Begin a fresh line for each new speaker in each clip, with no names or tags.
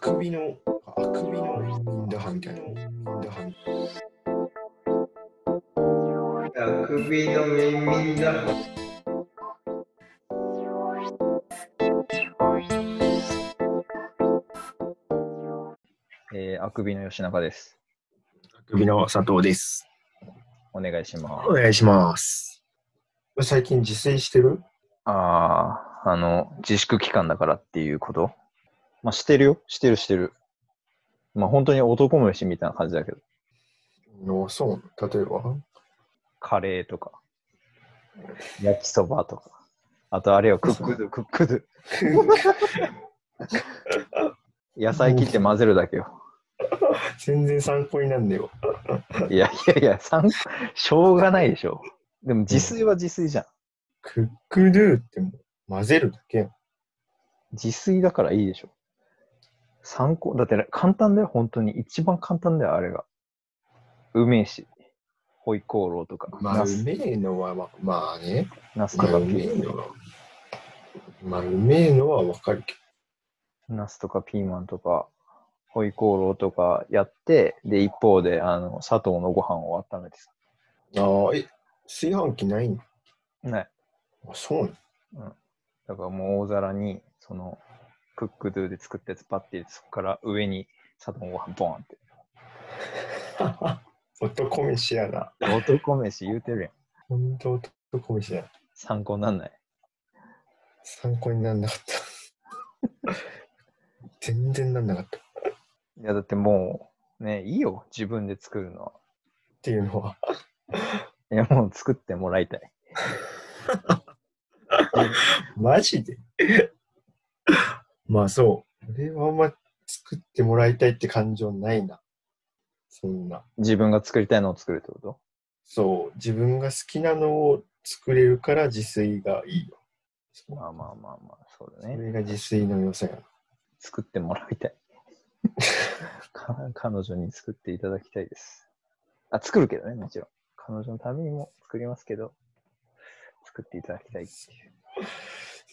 くびの、あくびのインダハみたいな。インダハみたい
あくびのみんみんだ。
えー、あくびの吉永です。
あくびの佐藤です。
お願いしま
お願いします。
な。最近自炊してる
す。ああ、あの、自粛期間だからっていうことまあ、してるよ。してるしてる。まあ、本当に男飯みたいな感じだけど。
のそう。例えば
カレーとか、焼きそばとか。あと、あれよ、クックドゥ、クックドゥ。野菜切って混ぜるだけよ。
全然参考になんねえわ。
いやいやいや、さんしょうがないでしょ。でも、自炊は自炊じゃん。
クックドゥってもう混ぜるだけやん。
自炊だからいいでしょ。参考、だって簡単だよ、本当に。一番簡単だよ、あれが。梅し、ホイコーローとか、
まあ、
ナ
う
ス
めえのは、まあ、まあね。
ナスと
まあ、
か
う
ピ
めえ
ー
のは、まあ、うめえのはわかるけ
ナスとかピーマンとか、ホイコーローとかやって、で、一方で、あの、砂糖のご飯を温めてさ。
ど。ああ、え、炊飯器ないの
ね。
あ、そうなの
だからもう大皿に、その、クックドゥで作ったやつパッて入れて、そこから上に砂糖のご飯ボーンって。
男飯やな。
男飯言うてるやん。
ほんと男飯やな。
参考になんない。
参考にならなかった。 全然なんなかった。っ
いや、だってもう、ね、いいよ、自分で作るのは。
ていうのは、
いや、もう作ってもらいたい。
マジでまあそう。俺はあんま作ってもらいたいって感情ないな。そんな。
自分が作りたいのを作るってこと
そう。自分が好きなのを作れるから自炊がいいよ。そう
まあまあまあまあ、そうだ
そ
ね。
れが自炊の良さやな。
作ってもらいたい。か彼女に作っていただきたいです。あ、作るけどね、もちろん。彼女のためにも作りますけど、作っていただきたいっていう。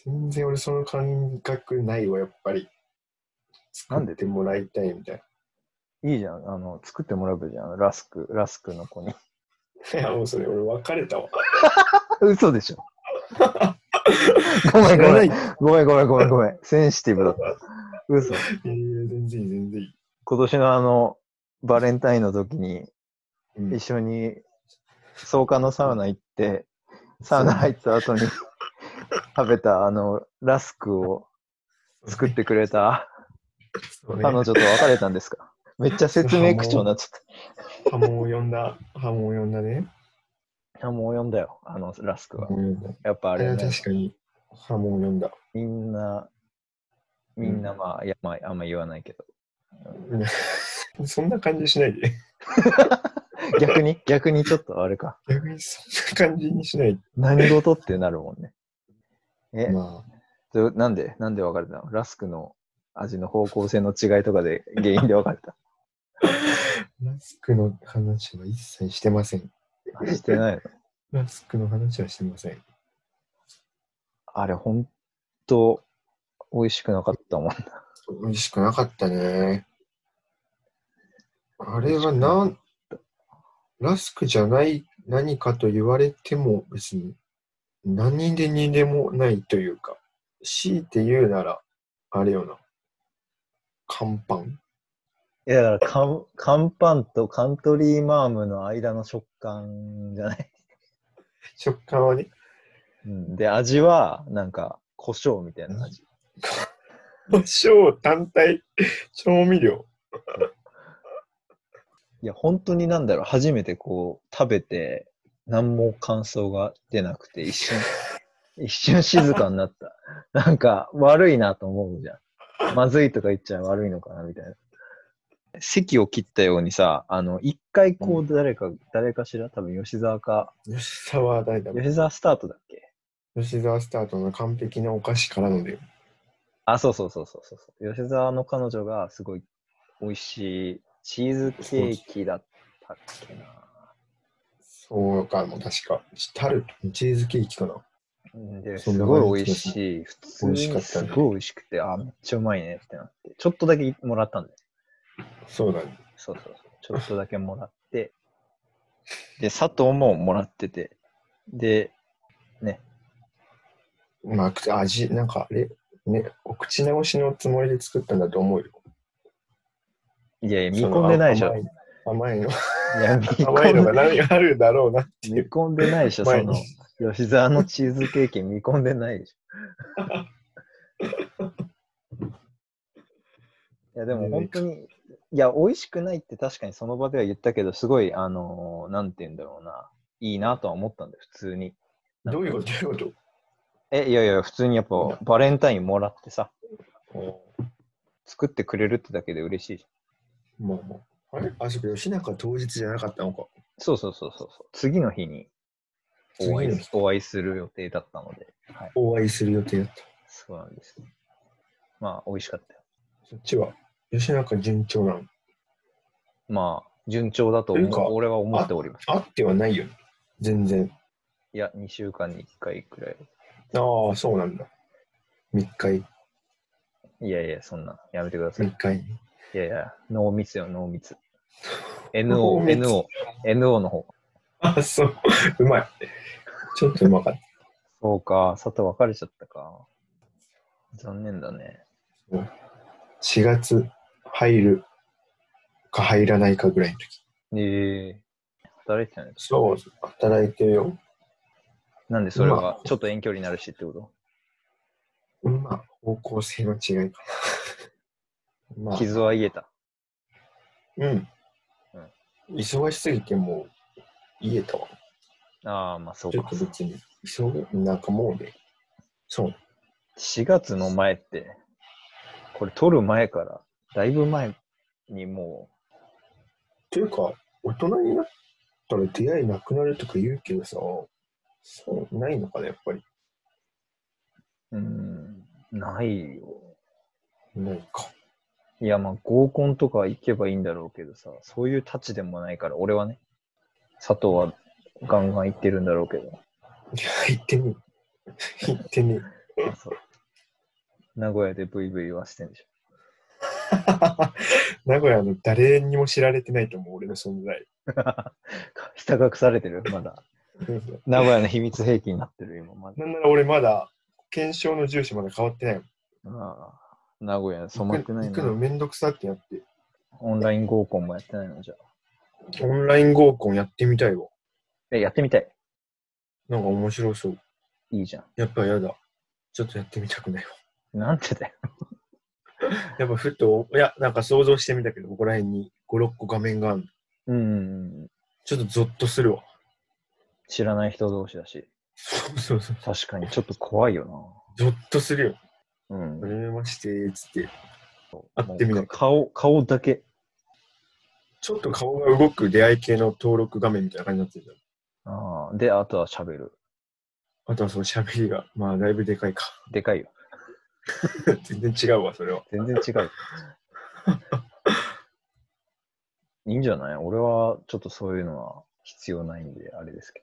全然俺その感覚ないわ、やっぱり。
な
作
んで
ってもらいたいみたい
いいじゃん、あの、作ってもらうじゃん、ラスク、ラスクの子に。
な。いや、もうそれ俺別れたわ。
嘘でしょ。 ごめんごめ
い
ん。ごめんごめんごめんごめん。センシティブだった。嘘。
やいや、全然いい、全然いい。
今年のあの、バレンタインの時に、
うん
一緒に草加のサウナ行って、サウナ入っ た後に食べたあのラスクを作ってくれた
そうね
彼女と別れたんですかめっちゃ説明口調になっちゃっ
波紋を呼んだ、波紋を呼んだね。
た。あもう呼んだよ、あのラスクは
波。紋を呼んだ。
やっぱあ
あれ
れ
は
ね、
確かに波紋を呼んだ。
みんな、みんなまあ、いやまあ、あんま言わないけど。
そんな感じしないで。
逆に、逆にちょっとあれか。
逆にそんな感じにしない
何事ってなるもんね。え
で。、まあ、
どなんでなんで別れたのラスクの味の方向性の違いとかで原因で別れ た
ラスクの話は一切してません。
あしてないの
ラスクの話はしてません。
あれ、ほんと、美味しくなかったもん。
美味しくなかったね。あれはなん、ラスクじゃない何かと言われても別に何でにでもないというか、強いて言うなら、あれよな、乾パン
いや、だからカン、乾パンとカントリーマームの間の食感じゃない。
食感はね、
うん、で、味は、なんか、胡椒みたいな味。
胡椒単体、調味料。
いや、本当になんだろう、初めてこう、食べて、何も感想が出なくて、一瞬、一瞬静かになった。なんか、悪いなと思うじゃん。まずいとか言っちゃ悪いのかな、みたいな。席を切ったようにさ、あの、一回こう、誰か、誰かしら、多分吉沢か、
吉沢大だね。
吉沢スタートだっけ
吉沢スタートの完璧なお菓子からので、
あ、そうそうそうそうそうそう。吉沢の彼女がすごい美味しいチーズケーキだったっけな。
そうかも確か、タルト、チーズケーキかな。
で、す
そんな
ごい
感
美
じ
味しい。普通
美
に
味しかった
す
ね
ごい美味しくて、あ、めっちゃうまいねってなって、ちょっとだけもらったんで、
そうだね。
そうそうそう、ちょっとだけもら って、で、佐藤ももらってて、で、
まあく、味、なんかあれ、ね、お口直しのつもりで作ったんだと思うよ。
いやいや、見込んでないでしょ。
そ
い
の甘い甘い
や、見
の、甘いの
込
が
んで
何があるだろうなってい
見
う。
込んでないでしょ、そ
前
の
に、
吉沢のチーズケーキ見込んでないでしょ。いや、でも本当に、いや、美味しくないって確かにその場では言ったけど、すごい、あのーなんて言うんだろうな、いいなとは思ったんだよ、普通に。
どういうことどういうこと
え、いやいや、普通にやっぱバレンタインもらってさ、作ってくれるってだけで嬉しいじゃん。
まあまあ。あれあ、そこ吉中当日じゃなかったのか。
そうそうそうそうそう。次の日にお会い
次の日
お会いする予定だったので、はい、
お会いする予定だった。
そうなんですよ。まあ、美味しかったよ。
そっちは、吉中順調なの。
まあ、順調だと思
というか
う俺は思っております。
あってはないよね。全然。
いや、2週間に1回くらい。
ああ、そうなんだ。密会、
いやいや、そんな、やめてください。
密会。
いやいや、濃密よ、濃密。
濃
NO、
密
NO、NO の方。
あ、そう。うまい。ちょっとうまかった。
そうか、佐藤別れちゃったか。残念だね。
4月入るか入らないかぐらいの時。
ええ働いてたんです
そう、働いてるよ。
なんでそれ
ま
はちょっと遠距離になるしってこと、
まあ、方向性の違いかな。 まあ、
傷は癒えた。
うん。忙しすぎてもう、言えたわ。
ああ、まあそう
ちょっ
か
と。別に。急ぐなんかもうね。そう。
4月の前って、これ撮る前から、だいぶ前にも
というか、大人になったら出会いなくなるとか言うけどさ、そう、ないのかな、やっぱり。
う、うーん、ないよ。
ないか。
いや、まあ合コンとか行けばいいんだろうけどさ、そういうタッチでもないから、俺はね、佐藤はガンガン行ってるんだろうけど、
いや、行ってねえ。行ってねえ。
あそう名古屋でブイブイはしてんでしょ。
名古屋の誰にも知られてないと思う、俺の存 在。
下隠されてる、まだ。名古屋の秘密兵器になってる、今、まだ。
なんなら俺まだ、検証の住所まだ変わってないもん。
ああ、名古屋に染まってない
行くの
の。
めんどくさってやって。
オンライン合コンもやってないのじゃあ。
オンライン合コンやってみたいわ。
え、やってみたい。
なんか面白そう。
いいじゃん。
やっぱやだ。ちょっとやってみたくないわ。
なんてだよ。
やっぱふと、いや、なんか想像してみたけど、ここら辺に5、6個画面があるの。
うん。
ちょっとゾッとするわ。
知らない人同士だし。
そうそうそう。
確かにちょっと怖いよ
ゾッとするよ。
な。うん
はじ。めまして、つって。会ってみない
顔、顔だけ。
ちょっと顔が動く出会い系の登録画面みたいな感じになってるじゃん。
ああ。で、あとは喋る。
あとはその喋りが、まあだいぶでかい か。
でかいよ。
全然違うわ、それは。
全然違 う。いいんじゃない俺はちょっとそういうのは必要ないんで、あれですけ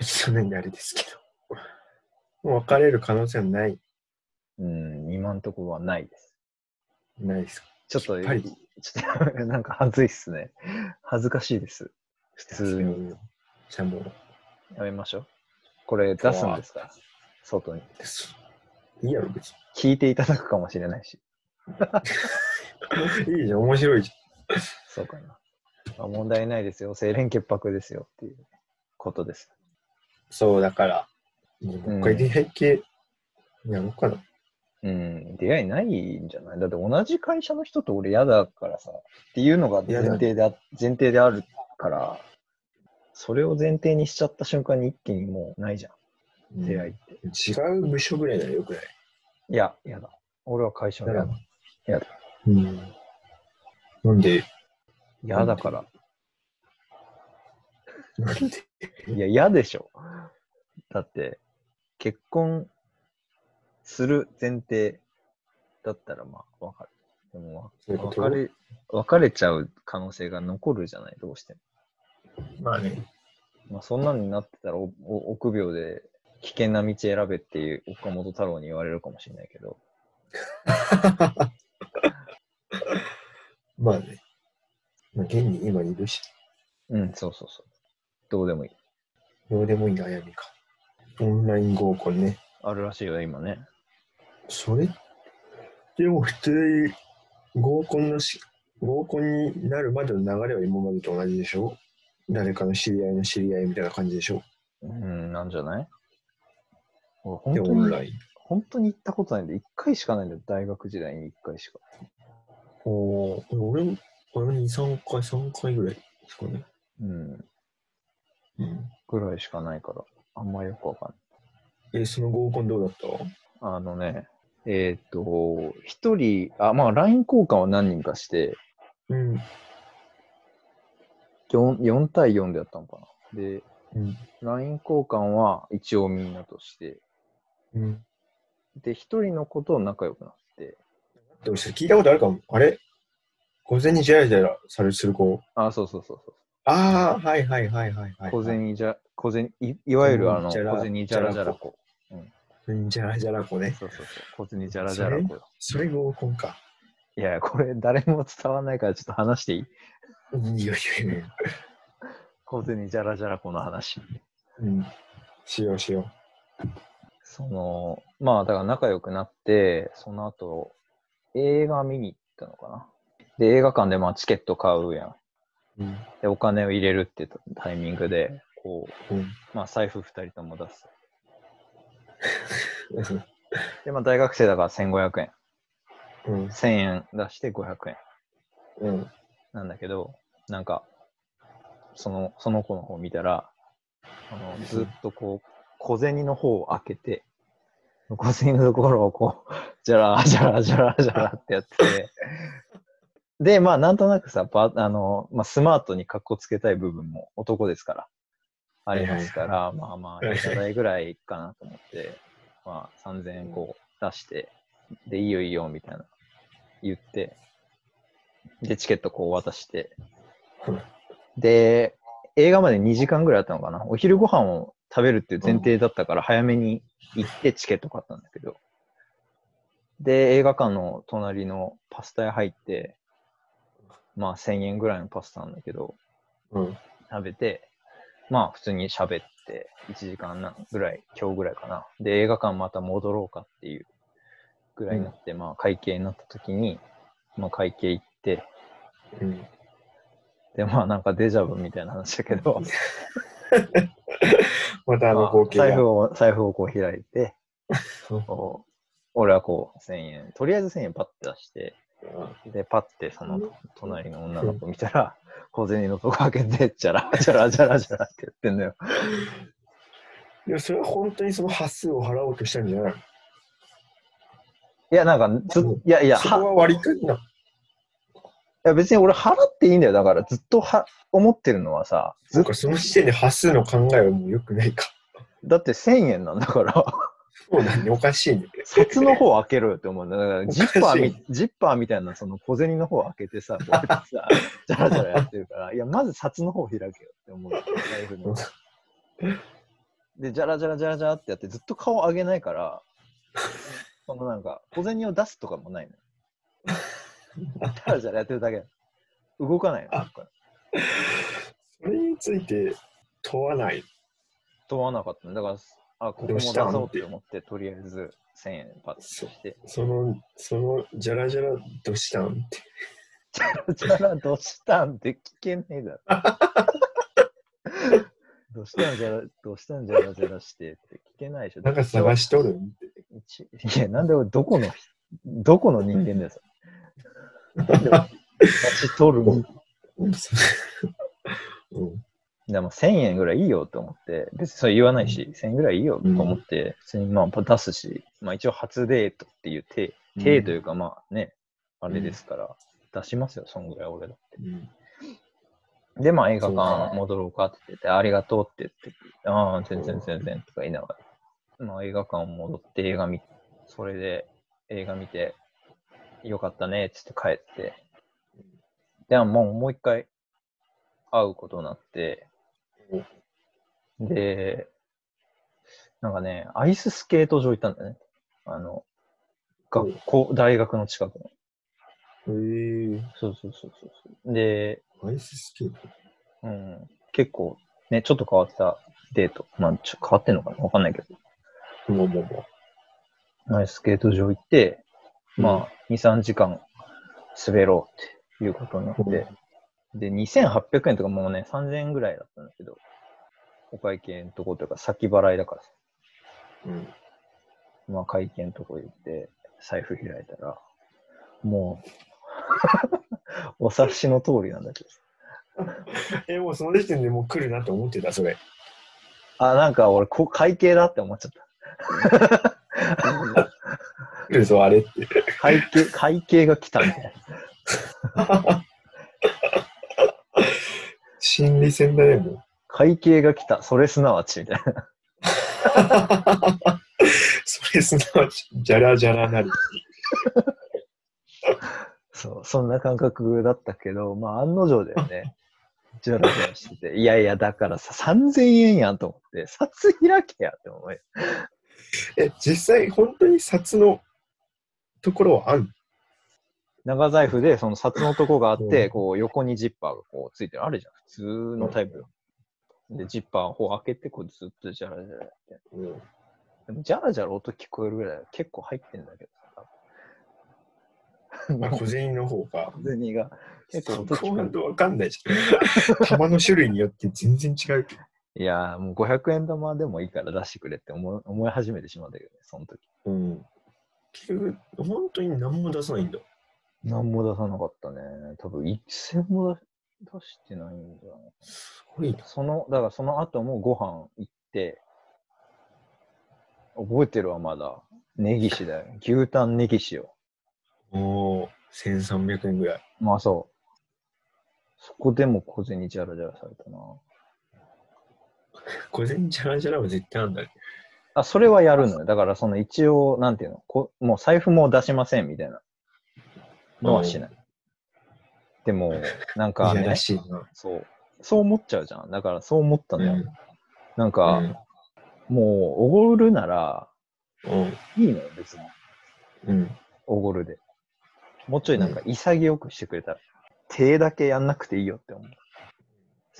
一緒にあれですけど。もう別れる可能性はない、
ど。うん、今んとこはないです。
ないですか。
ちょっと、
やっぱり
ちょっと、なんか恥ずいっすね。恥ずかしいです。普通に。
じゃあもう、
やめましょう。これ出すんですか外に。
です。いいやろ、別
聞いていただくかもしれないし。
に。いいじゃん、面白いじ
そうかな。まあ、問題ないですよ。清廉潔白ですよっていうことです。
ゃん。そう、だから、もう一回出会い系、やろうかな。
うん、出会いないんじゃないだって同じ会社の人と俺嫌だからさ、っていうのが前提であ前提であるから、それを前提にしちゃった瞬間に一気にもうないじゃん、出会いって。
違う部署ぐらいならよくない。
いや、嫌だ。俺は会社が嫌だ。嫌だ。
うん。なんで、
嫌だから。
なんで、
いや、嫌でしょ。だって、結婚する前提だったらまあ、わかる。でも、
そういうこと
別れ、別れちゃう可能性が残るじゃない、どうしても。
まあね、
まあ、そんなんになってたらおお臆病で危険な道選べっていう岡本太郎に言われるかもしれないけど、
まあね。まあ、現に今いるし、
うん、そうそうそう。どうでもいい。
どうでもいい悩みか。オンライン合コンね。
あるらしいよ、今ね。
それでも普通に合コンのし、合コンになるまでの流れは今までと同じでしょ誰かの知り合いの知り合いみたいな感じでしょ
うん、なんじゃない俺
で、
本
オ
当
ン
に
ライン。
本当に行ったことないんで、一回しかないんだよ、大学時代に一回しか。
おー俺も、俺も2、3回、3回ぐらいですかね。
うん、
うん。
ぐらいしかないから、あんまよくわかんない。
え、その合コンどうだった
あのね、えっ、と、一人、あ、まあ、LINE 交換は何人かして、
うん。
4, 4対4でやったのかな。で、
うん。
LINE 交換は一応みんなとして、
うん。
で、一人のことを仲良くなって、
でもそれ聞いたことあるかも。あれ午前にジャラジャラされする子。
あ、そうそうそうそう。
ああ、はいはいはいはい、はい。
小。銭じゃ、小銭、いいわゆるあ
小
の、
銭じゃら
小銭じゃらじゃら子。
うん、ジャラジャラ子ね。
そうそうそう。小銭じゃらじゃら子よ。
それ合コンか。
いや、これ誰も伝わらないからちょっと話していい
いやいやいや。
小銭じゃらじゃら子の話。
うん。しようしよ
その、まあ、だから仲良くなって、その後、映画見に行ったのかな。で、映画館でまあチケット買うやん。
う。うん。
で、お金を入れるってタイミングで、こう、
うん。
まあ、財布二人とも出す。で、まあ、大学生だから1500円。
うん。
1000円出して500円
うん。
なんだけど、なんか、その、その子の方見たら、あの、ずっとこう、小銭の方を開けて、小銭のところをこう、じゃらじゃらじゃらじゃらってやってて、で、まあ、なんとなくさ、ばあの、まあ、スマートに格好つけたい部分も男ですから、ありますから、まあまあ、いただいぐらいかなと思って、まあ、3000円こう出して、で、いいよいいよ、みたいな、言って、で、チケットこう渡して
うん、
で、映画まで2時間ぐらいあったのかな。お昼ご飯を食べるっていう前提だったから、早めに行ってチケット買ったんだけど、で、映画館の隣のパスタ屋入って、まあ、1000円ぐらいのパスタなんだけど、
うん。
食べて、まあ普通に喋って、1時間なぐらい、今日ぐらいかな。で、映画館また戻ろうかっていうぐらいになって、まあ会計になった時に、まあ会計行って、
うん。
で、まあなんかデジャブみたいな話だけど、
またあ
ま
の
あ
合計が。
財布を、財布をこう開いて、こう俺はこう1000円、とりあえず1000円パッて出して、で、パッてその隣の女の子見たら、小銭のとこ開けて、じゃらじゃらじゃらじゃらって言ってんだよ。
でもそれは本当にその端数を払おうとしたんじゃない
いや、なんか、ずっいやいや、
そこは割り勘な。
いや別に俺払っていいんだよ。だからずっとは思ってるのはさ、ず
な
っ
んかその時点で端数の考えはもう良くないか。
だって1000円なん だから、
そうだね、おかしいね。
札の方開けろよって思うんだよ。だから
おかし
ジ
い
ッパーみ、ジッパーみたいなその小銭の方開けて さ、こうやってさ、じゃらじゃらやってるから、いや、まず札の方開けよって思うよ。財布ので、じゃらじゃらじゃらじゃらってやって、ずっと顔上げないから、そのなんか、小銭を出すとかもないのよ。じゃらじゃらやってるだけ。動かないの。だから
それについて問わない。
問わなかったねだから、あ、ここも出そうって思って、とりあえず1000円パッとして、
その、その、じゃらじゃらどしたんって。
じゃら、 どうしたんって聞けねえだろ。 どうしたんじゃら、どうしたんじゃらじゃらしてって聞けないでしょ。
なんか探しとるん
一いや、なんで俺、どこの、どこの人間 だよ、それ。なんで俺立ち取るもん。
うん。うん
でも1000円ぐらいいいよと思って、別にそれ言わないし、1000円ぐらいいいよと思って、普通にまあ出すし、まあ一応初デートっていう手、
うん
手というかまあね、あれですから、出しますよ、そんぐらい俺だって。
うん。
で、まあ映画
そう
館戻ろうかって言って、ありがとうって言って、ああ、全然全然とか言いながら、まあ映画館戻って映画見、それで映画見て、よかったねって言って帰って、で、もうもう一回会うことになって、で、なんかね、アイススケート場行ったんだよね。あの、学校、大学の近くの。
へえ
そうそうそうそうそう。で、
アイススケート。
うん、結構、ね、ちょっと変わったデート。まあ、ちょ変わってんのかなわかんないけ
まあまあまあ。
ど。アイススケート場行って、まあ、2、3時間滑ろうっていうことになって、で、2800円とかもうね、3000円ぐらいだったんだけど、お会計のとこというか、先払いだからさ
うん。
まあ、会計のとこ行って、財布開いたら、もう、 お察しの通りなんだけど。
え、もうその時点でもう来るなと思ってた、それ。
あ、なんか俺こ、会計だって思っちゃった。
来るぞ、あれって。
会計、会計が来たみたいな。
心理戦だね、もう。
会計が来た、それすなわち、みたいな。
それすなわち、じゃらじゃらなり。
そう、そんな感覚だったけど、まあ、案の定だよ ね。ジャラジャラしてて。いやいや、だからさ、3000円やんと思って、札開けやって思うよ。
え、実際、本当に札のところはあん
長財布で、その札のとこがあっ
う
て、
ん
こう、横にジッパーがこう、ついてる。あるじゃん。普通のタイプよ。で、ジッパーの方開けて、こう、ずっとジャラジャラやって。
うん。
でも、ジャラジャラ音聞こえるぐらいだから結構入ってんだけどさ。
まあ、 小銭の方が。
小銭が結構音
こ
聞
う
こ
な
え
ん
る。
とわかんないじゃん。 玉の種類によって全然違うけど。
いやー、もう500円玉でもいいから出してくれって思い思い始めてしまったけどね、その時。
うん。結局、本当に何も出さないんだ。
何も出さなかったね。多分一銭も出出してないんじゃない
すごいな。
その、だからその後もご飯行って、覚えてるわ、まだ。ネギシだよ。牛タンネギシよ。
もう、1300円ぐらい。
まあそう。そこでも小銭ジャラジャラされたな。
小銭じゃらじゃらは絶対あんだね。
あ、それはやるのよ。だからその一応、なんていうの、こもう財布も出しませんみたいなのはしない。でも、なんか
いや
ね
ら、しいな。
そう、そう思っちゃうじゃん。だからそう思ったのよ。
うん
なんか、もう、おごるなら、
うん。
いいのよ、別に。
うん。
おごるで。もうちょいなんか、潔くしてくれたら、手だけやんなくていいよって思う。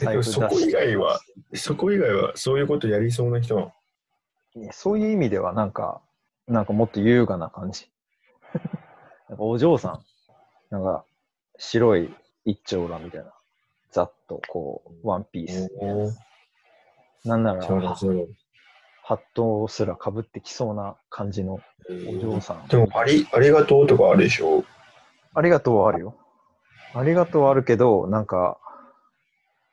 えでもそこ以外は、そこ以外はそういうことやりそうな人は。
いやそういう意味では、なんか、なんかもっと優雅な感じ。 なんかお嬢さん、なんか、白い一丁羅みたいな。ざっと、こう、ワンピースみたいな。なんなら、
そうだ
ハ
そう
ットすら被ってきそうな感じのお嬢
だ。
さん
で。もあり、ありがとうとかあるでしょ。
ありがとうはあるよ。ありがとうはあるけど、なんか、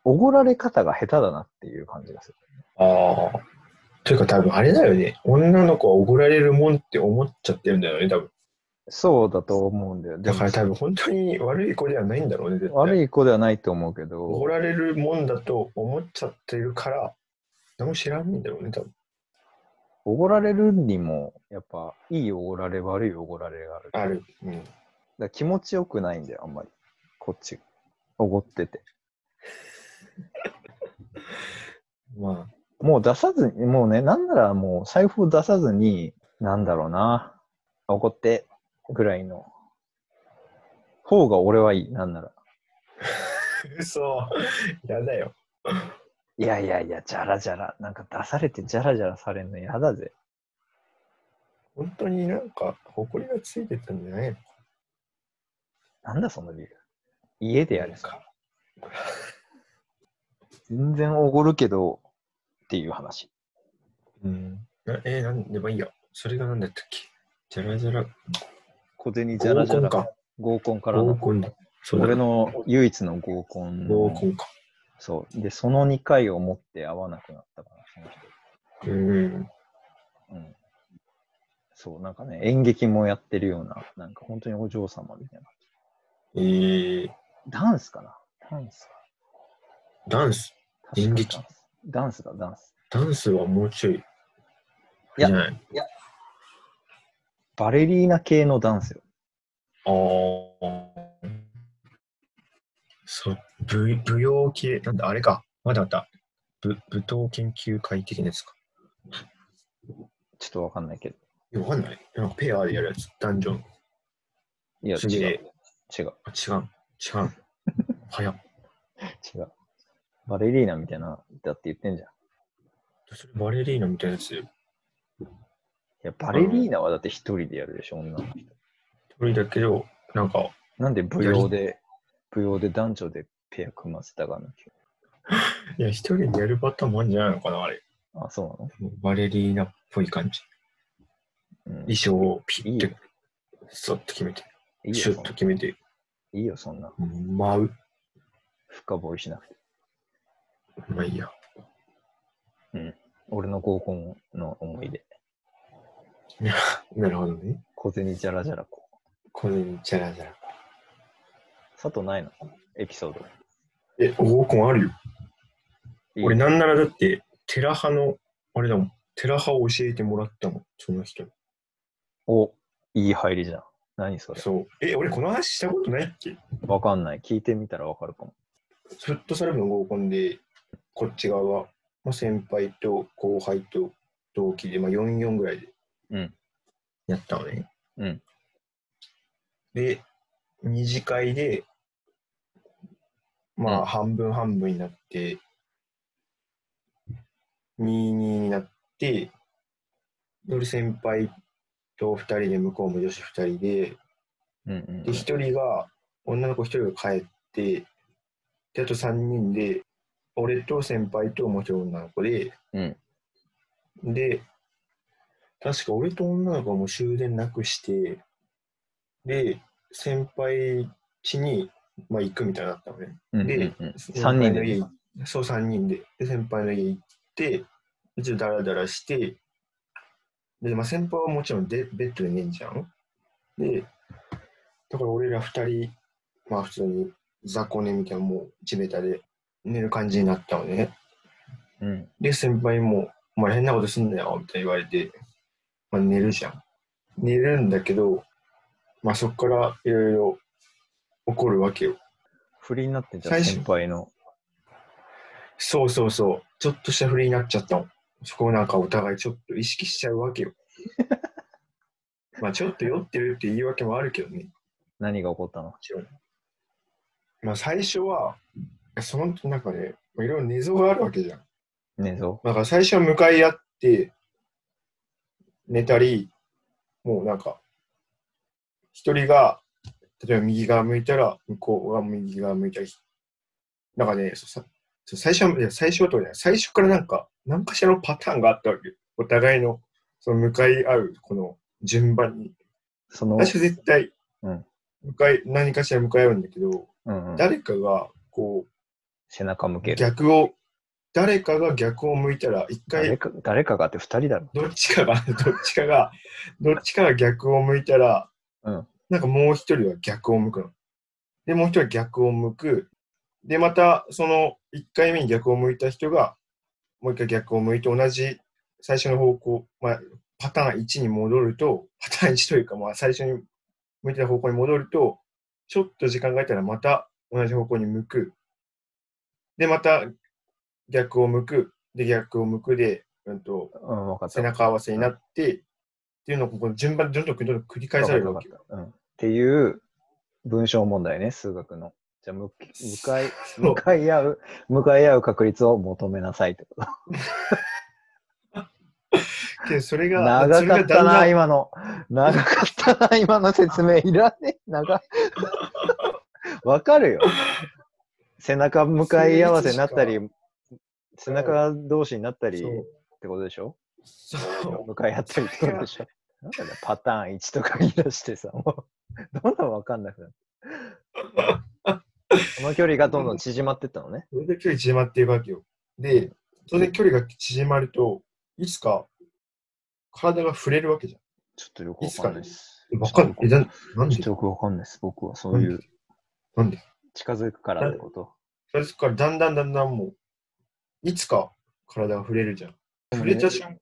おごられ方が下手だなっていう感じがする。
ああ。というか多分あれだよね。女の子は怒られるもんって思っちゃってるんだよね、多分。
そうだと思うんだよ。で
だ
も
から多分本当に悪い子ではないんだろうね。
悪
い。
い子ではないと思うけ
怒
ど、
られるもんだと思っちゃってるから、何も知らないんだろうね、多分。
おごられるにも、やっぱ、いいおごられ、悪いおごられがある。
ある。うん。
だから気持ちよくないんだよ、あんまり。こっち、おごってて。
まあ。
もう出さずに、もうね、なんならもう財布を出さずに、なんだろうな、おごってぐらいの方が俺はいい、なんなら。
嘘。 やだよ。
いやいやいや、じゃらじゃら、なんか出されてじゃらじゃらされるの嫌だぜ。
本当になんか、誇りがついてたんじゃないの
なんだその理由。家でやる
か。
全然おごるけど、っていう話。
うん。なえーなんでもいいよ。それが何だったっけじゃらじゃら。
小銭じゃら
合
じゃ
コン
ら。
か。
合コンから
合
の。
コンだ。そうだ
俺の唯一の合コンの。
合コンか。
そう。で、その2回を持って会わなくなったから、その人。
うん。
うん。そう、なんかね、演劇もやってるような、なんか本当にお嬢様みたいな。
えー、
ダンスかなダンスか。
ダンス。
確かに
演劇
ダンスダンスだ、ダンス。
ダンスはもうちょい。
いや
じゃない。
バレリーナ系のダンスよ。
ああ。そう、舞舞踊系、なんだ、あれか。まだあった。ぶ舞踏研究会的なやつか。
ちょっとわかんないけど。
いやわかんない。なんかペアでやるやつ、ダンジョン。
いや、
す
違
げえ
う。違う。
あ、違う。違う。早っ。
違う。バレリーナみたいな、だって言ってんじゃん。い
それバレリーナみたいなやつ、
や、バレリーナはだって一人でやるでしょ、女の人。
無理だけど、なんか、
なんで舞踊で、舞踊で男女でペア組ませたがなき
いや、一人でやるパターンもあるんじゃないのかな、あれ。
ゃ。あ、そう
バレリーナっぽい感じ。
なの、うん、い
衣装をピッ
いい
て、そっと決めて、
い
シ
よ、
ュッ
そんな
と。決めて、
いいよ、そんな。
舞う。
深掘りしなくて。
まあいいや。
俺の合コンの思い出。
なるほどね。
小銭じゃらじゃらこう。
これにチャラチャラ。
佐藤ないのエピソード。
え、合コンあるよ。
いい
俺なんならだって、テラ派の、あれだもん。テラ派を教えてもらったもん、その人に。
お、いい入りじゃん。何それ
そう。え、俺この話したことないっけ
わかんない。聞いてみたらわかるかも。
フットサル部の合コンで、こっち側は、まあ、先輩と後輩と同期で、まあ、44ぐらいで
うん
やったのね。
うん
で、二次会で、まあ、半分半分になって、22になって、より先輩と2人で、向こうも女子2人で、
うんうん
で、。一人が、女の子一人が帰って、で、あと三人で、俺と先輩ともう一人女の子で、
うん
で、確か俺と女の子はもう終電なくして、で、先輩家に、まあ、行くみたいになったのね。
うんうんう
で
ん、3人で
先輩の家そう、三人で。で、先輩の家行って、ちょっとダラダラして、で、まあ、先輩はもちろんでベッドで寝んじゃん。で、だから俺ら二人、まあ、普通に雑魚寝みたいな、もう地べたで寝る感じになったのね。
うん。
で、先輩も、お前変なことすんなよ、みたいに言われて、まあ、寝るじゃん。寝るんだけど、まあ、そこからいろいろ起こるわけよ。
不倫になってんじゃん、
最初
先輩の。
そうそうそう。ちょっとした振りになっちゃったの。そこをなんかお互いちょっと意識しちゃうわけよ。まあちょっと酔ってるって言い訳もあるけどね。も
何が起こったの
ちろん。まあ最初は、そのなんかね、まあいろいろ寝相があるわけじゃん。
寝相
だから最初は向かい合って寝たり、もうなんか、一人が、例えば右側向いたら、向こうが右側向いたり、なんかね、そうさそう最初は、いや最初はとかじゃない最初からなんか、何かしらのパターンがあったわけよ。お互いの、その向かい合う、この順番に。
その
最、初絶対、
うん
向かい、何かしら向かい合うんだけど、
うんうん、
誰かが、こ
背中向
う、
ける。
逆を、誰かが逆を向いたら、一回
誰か誰かがって2人だろ。
どっちかが、 どっちかが、どっちかが逆を向いたら、
うん
なんかもう一人は逆を向くの。で、もう一人は逆を向く。で、また、その1回目に逆を向いた人が、もう一回逆を向いて同じ最初の方向、まあ、パターン1に戻ると、パターン1というか、まあ、最初に向いてた方向に戻ると、ちょっと時間が空いたらまた同じ方向に向く。で、また逆を向く。で、逆を向くで、うんと、
うん、分かった。
背中合わせになって、っていうのをここ順番にどんどんどんどん繰り返されるわけ
分
よ。
かった分かったうんっていう文章問題ね、数学の。じゃあ、向き向かい、向かい合う、向かい合う確率を求めなさいってこと。
で、それが、
長かったな、
それが
今の。長かったな、今の説明いらねえ。長い。わかるよ。背中向かい合わせになったり、背中同士になった
だ
り
ん
っ
だん、
てことでしょ
そう、そう
向かい合ったりってことでしょ なんだよ、パターン1とか言い出してさ、もう、 どんどんわかんなくな って。その距離がどんどん縮まってったのね。
それで距離縮まっていくわけよ。で、それで距離が縮まると、いつか体が触れるわけじ
ちょっとよくわかんないです。
ゃん。わかんない。え、ななんで
ちょっとよくわかんないです。僕はそういう、
なんで
近づくからってこと。
それからだんだんだんだんもう、いつか体が触れるじゃん。触れた瞬間、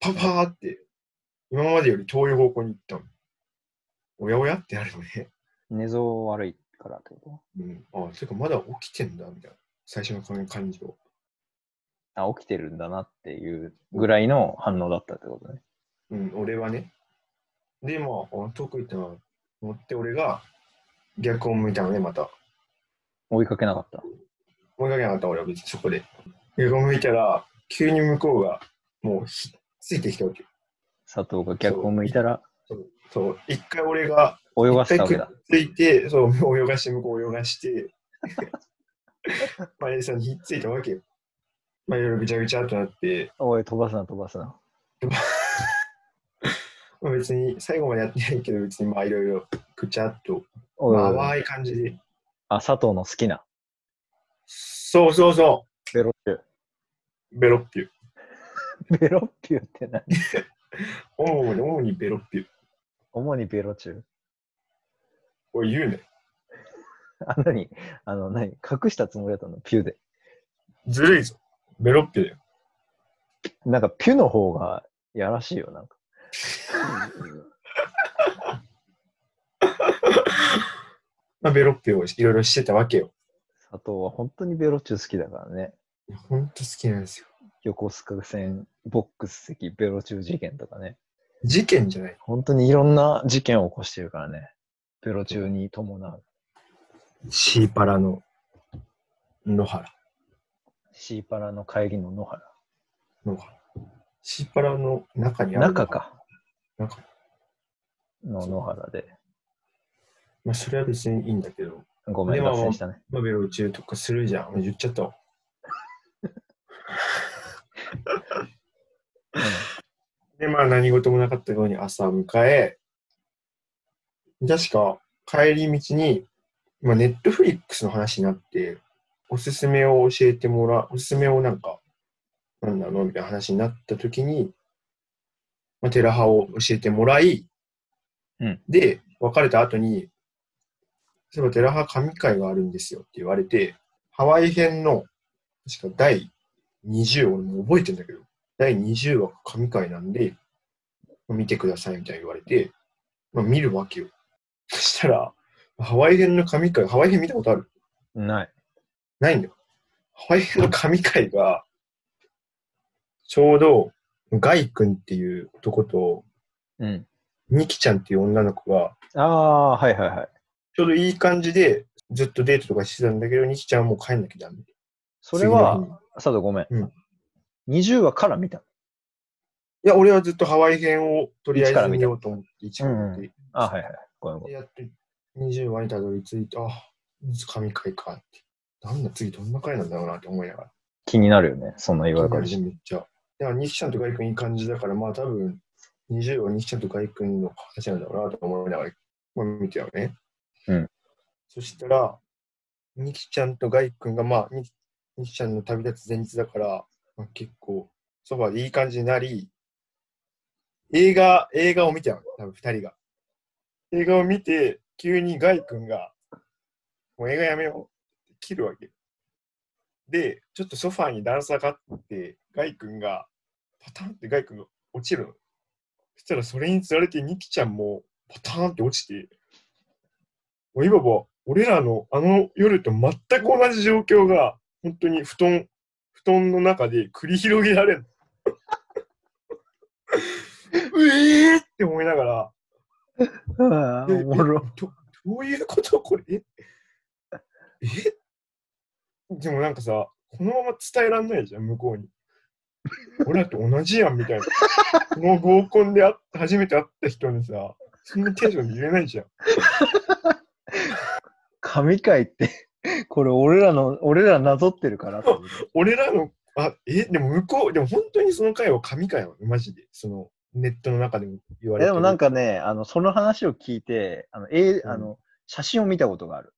パパーって、今までより遠い方向に行ったの。おやおやってなるよね。
寝相悪いからってこと
うん、あ、てかまだ起きてんだ、みたいな。最初のこの感情。
あ、起きてるんだなっていうぐらいの反応だったってことね。
うん、俺はね。で、まあ、あ得意ってのは持って、俺が逆を向いたのね、また。
追いかけなかった。
追いかけなかった、俺は別にそこで。逆を向いたら、急に向こうが、もうひっついてきたわけ。
佐藤が逆を向いたら
そう、一回俺が、
泳が
一
せ
回
たわ
く
け
っ
だ。
ついて、そう、泳がして、向こう泳がして、 マリーさんにひっついたわけよ。まあ、いろいろぐちゃぐちゃっとなって、
おい、飛ばすな、飛ばすな。
まあ、別に最後までやってないけど、別にまあ、いろいろぐちゃっと、
おい
ま
お
あ
いおい、
淡い感じで。
あ、佐藤の好きな。
そうそうそ
ベロッピ
う、ベロッピュ。
ュ。 ベロッピュって何
主に、主にベロッピュ。
主にベロチュ。
これ言うね。
あ、何あの、何隠したつもりだったのピュで。
ずるいぞ。ベロッピュだよ。
なんか、ピュの方がやらしいよ、なんか。
まあ、ベロッピュをいろいろしてたわけよ。
佐藤は本当にベロチュ好きだからね。
ほんと好きなんですよ。
横須賀線、ボックス席、ベロチュ事件とかね。
事件じゃない。
本当にいろんな事件を起こしてるからね。ベロチュに伴う。
シーパラの野原。
シーパラの帰りの野原。
野原。シーパラの中にある。
中。か。
中。
の野原で。
まあ、それは別にいいんだけど、
ごめ
で
ん、
も
脱線したね。
まあ、ベロ宇宙とかするじゃん。もう言っちゃったわ。で、まあ、何事もなかったように朝迎え、確か帰り道に、まあ、ネットフリックスの話になって、おすすめを教えてもらう、おすすめをなんか、なんだろうみたいな話になった時に、まあ、テラハを教えてもらい、
うん
で、別れた後に、そういえばテラハ神会があるんですよって言われて、ハワイ編の、確か第20、俺もう覚えてんだけど、第20話が神回なんで、見てくださいみたいに言われて、まあ、見るわけよ。 そしたら、ハワイ編の神回、ハワイ編見たことある
うん。ない。
ないんだよ。ハワイ編の神回が、ちょうど、ガイ君っていう男と、
うん。
ミキちゃんっていう女の子が、
ああ、はいはいはい。
ちょうどいい感じで、ずっとデートとかしてたんだけど、ニキちゃんはもう帰んなきゃダメ。
それ
次の
は
日、に
佐藤ごめん。
うん
20話から見た。
いや、俺はずっとハワイ編をとりあえ
一から
ず
見た
見ようと思って、一から見て、
あはいはい。ごめんごめ
で
ん。
やっと20話にたどり着いて、あ、神回かって。なんだ、次どんな回なんだろうなって思いながら。
気になるよね。そんな言われ
気に
方
なるしめっちゃ。だから、西ちゃんとガイ君いい感じだから、まあ多分、20話、西ちゃんとガイ君の話なんだろうなと思いながら、まあ見てたよね。
うん。
そしたら、ニキちゃんとガイ君が、まあ、ニキニキちゃんの旅立つ前日だから、まあ、結構、ソファでいい感じになり、映画、映画を見てたの、多分二人が。映画を見て、急にガイ君が、もう映画やめようって切るわけ。で、ちょっとソファーに段差があって、ガイ君が、パタンってガイ君が落ちるの。そしたらそれにつられてニキちゃんもパタンって落ちて、もういわば俺らのあの夜と全く同じ状況が、本当に布団、布団の中で繰り広げられるの。うえーって思いながら、
あーおもろ。
どどういうことこれええでもなんかさこのまま伝えらんないじゃん向こうに俺らと同じやんみたいなこの合コンであ初めて会った人にさそんなテンションで言えないじゃん
神回って、 これ俺らの、俺らなぞってるからってこと
俺らのあえでも向こうでも本当にその回は神回はマジでそのネットの中でも言われて
えで
る
もなんかね、あの、その話を聞いて、あの、え
うん
あの、写真を見たことがある。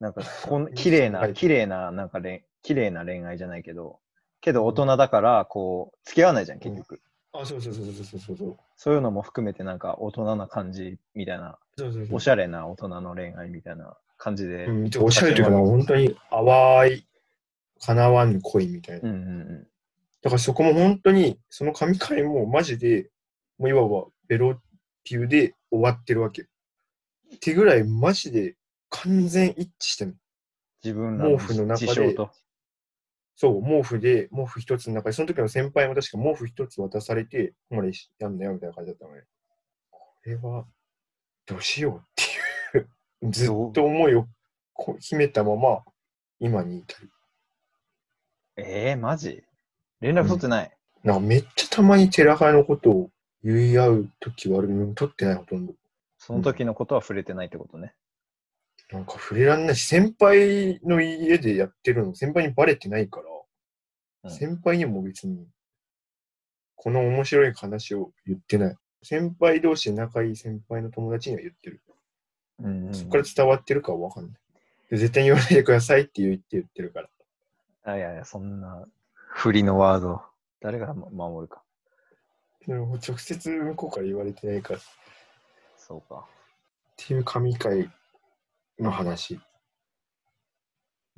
なんか、こん、綺麗
は
な、
い
綺麗な、なんか恋、綺麗な恋愛じゃないけど、けど大人だから、こう、付き合わないじゃん、結局。
あそうそうそうそうそうそうそう
そういうのも含めて、なんか、大人な感じみたいな、
そうそうそう
おしゃれな大人の恋愛みたいな感じで。
うん、おしゃれというか、本当に淡い、叶わぬ恋みたいな
うんうん
だからそこも本当に、その神回もマジで、もういわばベロピュで終わってるわけ。ってぐらいマジで完全一致してる。
自分らの
毛布の中で
事象と。
そう、毛布で、毛布一つの中で、その時の先輩も確か毛布一つ渡されて、ここまでやんだよみたいな感じだったのね。これは、どうしようっていう、ずっと思いをこう秘めたまま、今に至る。
ええマジ連絡取ってない。
なんかめっちゃたまに寺ラのことを言い合う時はあるけど、取ってないほとんど。
その時のことは触れてないってことね。
なんか触れられないし、先輩の家でやってるの、先輩にバレてないから、
うん
先輩にも別に、この面白い話を言ってない。先輩同士で仲いい先輩の友達には言ってる。
うん、うん。
そこから伝わってるかはわかんない。で絶対に言わないでくださいって言って言ってるから。
あいやいや、そんな、振りのワード。誰がま守るか。
でも直接向こうから言われてないから。っ
そうか。
ていう神会の話。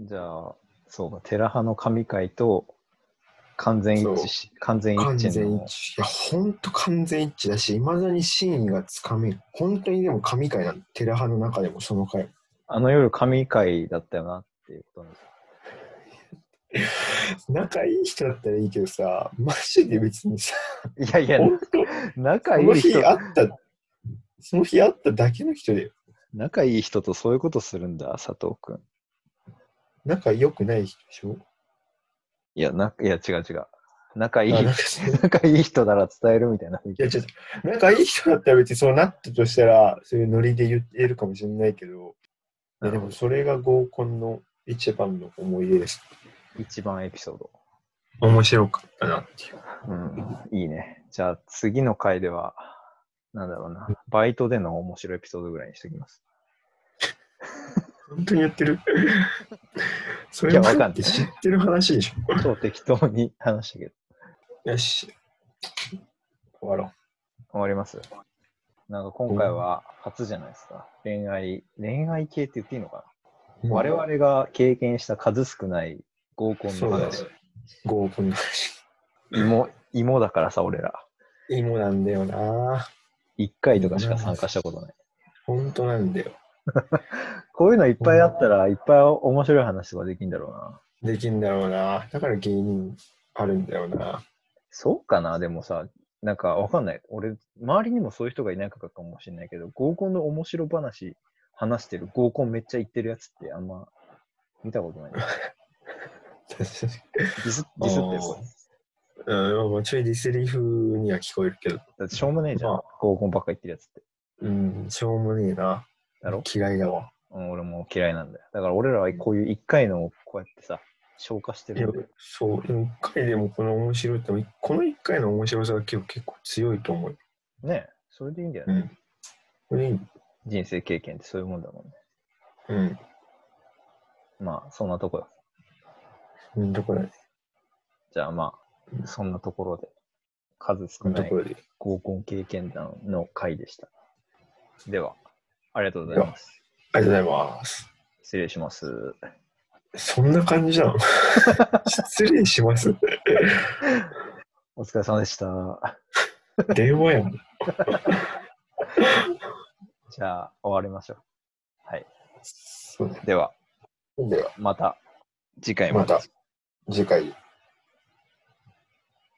じゃあ、そうか、寺派の神会と完全一致し、完全一
完全
致
一
の。
致。いや、ほんと完全一致だし、いまだに真意がつかめる。本当にでも神会なの。寺派の中でもその会。
あの夜神会だったよなっていうことなんです
仲いい人だったらいいけどさ、マジで別にさ、
いやいや、
本当
仲
そ
い
の
い
日
人、
会った、その日会っただけの人で、
仲いい人とそういうことするんだ、佐藤くん。
仲良くない人でしょ
いや、な、いや、違う違う。仲いい
あ、なんかそう
仲いい人なら伝えるみたいな。
いや、ちょっと、仲いい人だったら別にそうなったとしたら、そういうノリで言えるかもしれないけど、いやでもそれが合コンの一番の思い出です。
一番エピソード。
面白かったなっていう。
うん、いいね。じゃあ次の回では、なんだろうな、バイトでの面白いエピソードぐらいにしておきます。
本当に言ってる そ
いや
れ
わ
は
かんない
知ってる話でし
超適当に話したけど、
ょ。よし。終わろ
終わります。なんか今回は初じゃないですか。恋愛、恋愛系って言っていいのか
う。
な我々が経験した数少ない合コンの
そうだね
話。
合コンの話。
芋、芋だからさ、俺ら。
芋なんだよな
一回とかしか参加したことない。
本当なんだよ。
こういうのいっぱいあったら、いっぱい面白い話とかできるんだろうな。
できんだろうなだから芸人あるんだよな
そうかなでもさ、なんかわかんない。俺、周りにもそういう人がいないからかもしれないけど、合コンの面白話話してる、合コンめっちゃ行ってるやつってあんま見たことない。デ
確か
ィスディスって るこれ。
に。うん、まあちょいディスリー風には聞こえるけど。
だってしょうもねえじゃん
まあ。
合コンばっか行ってるやつって。
うん、しょうもねえな。
だろ
嫌いだわ。
うん、俺も嫌いなんだよ。だから俺らはこういう一回のをこうやってさ、消化して
いや
るんで。
そう、でも一回でもこの面白いって、この一回の面白さが結構結構強いと思う。
ねえそれでいいんだよ
う
ね。
ん。これいい
人生経験ってそういうもんだもんね。
うん。
まあ、そんなとこよ。
うん、ところで、
じゃあまあ、そんなところで、数少
うん
な
と
い
ころで。
合コン経験談の回でした。では、ありがとうございます。
ありがとうございます。
失礼します。
そんな感じじゃ ん。失礼します。
お疲れ様でした。
電話やん。
じゃあ、終わりましょ
そう
う。では、
では、
また次回
ま
まで
た次回。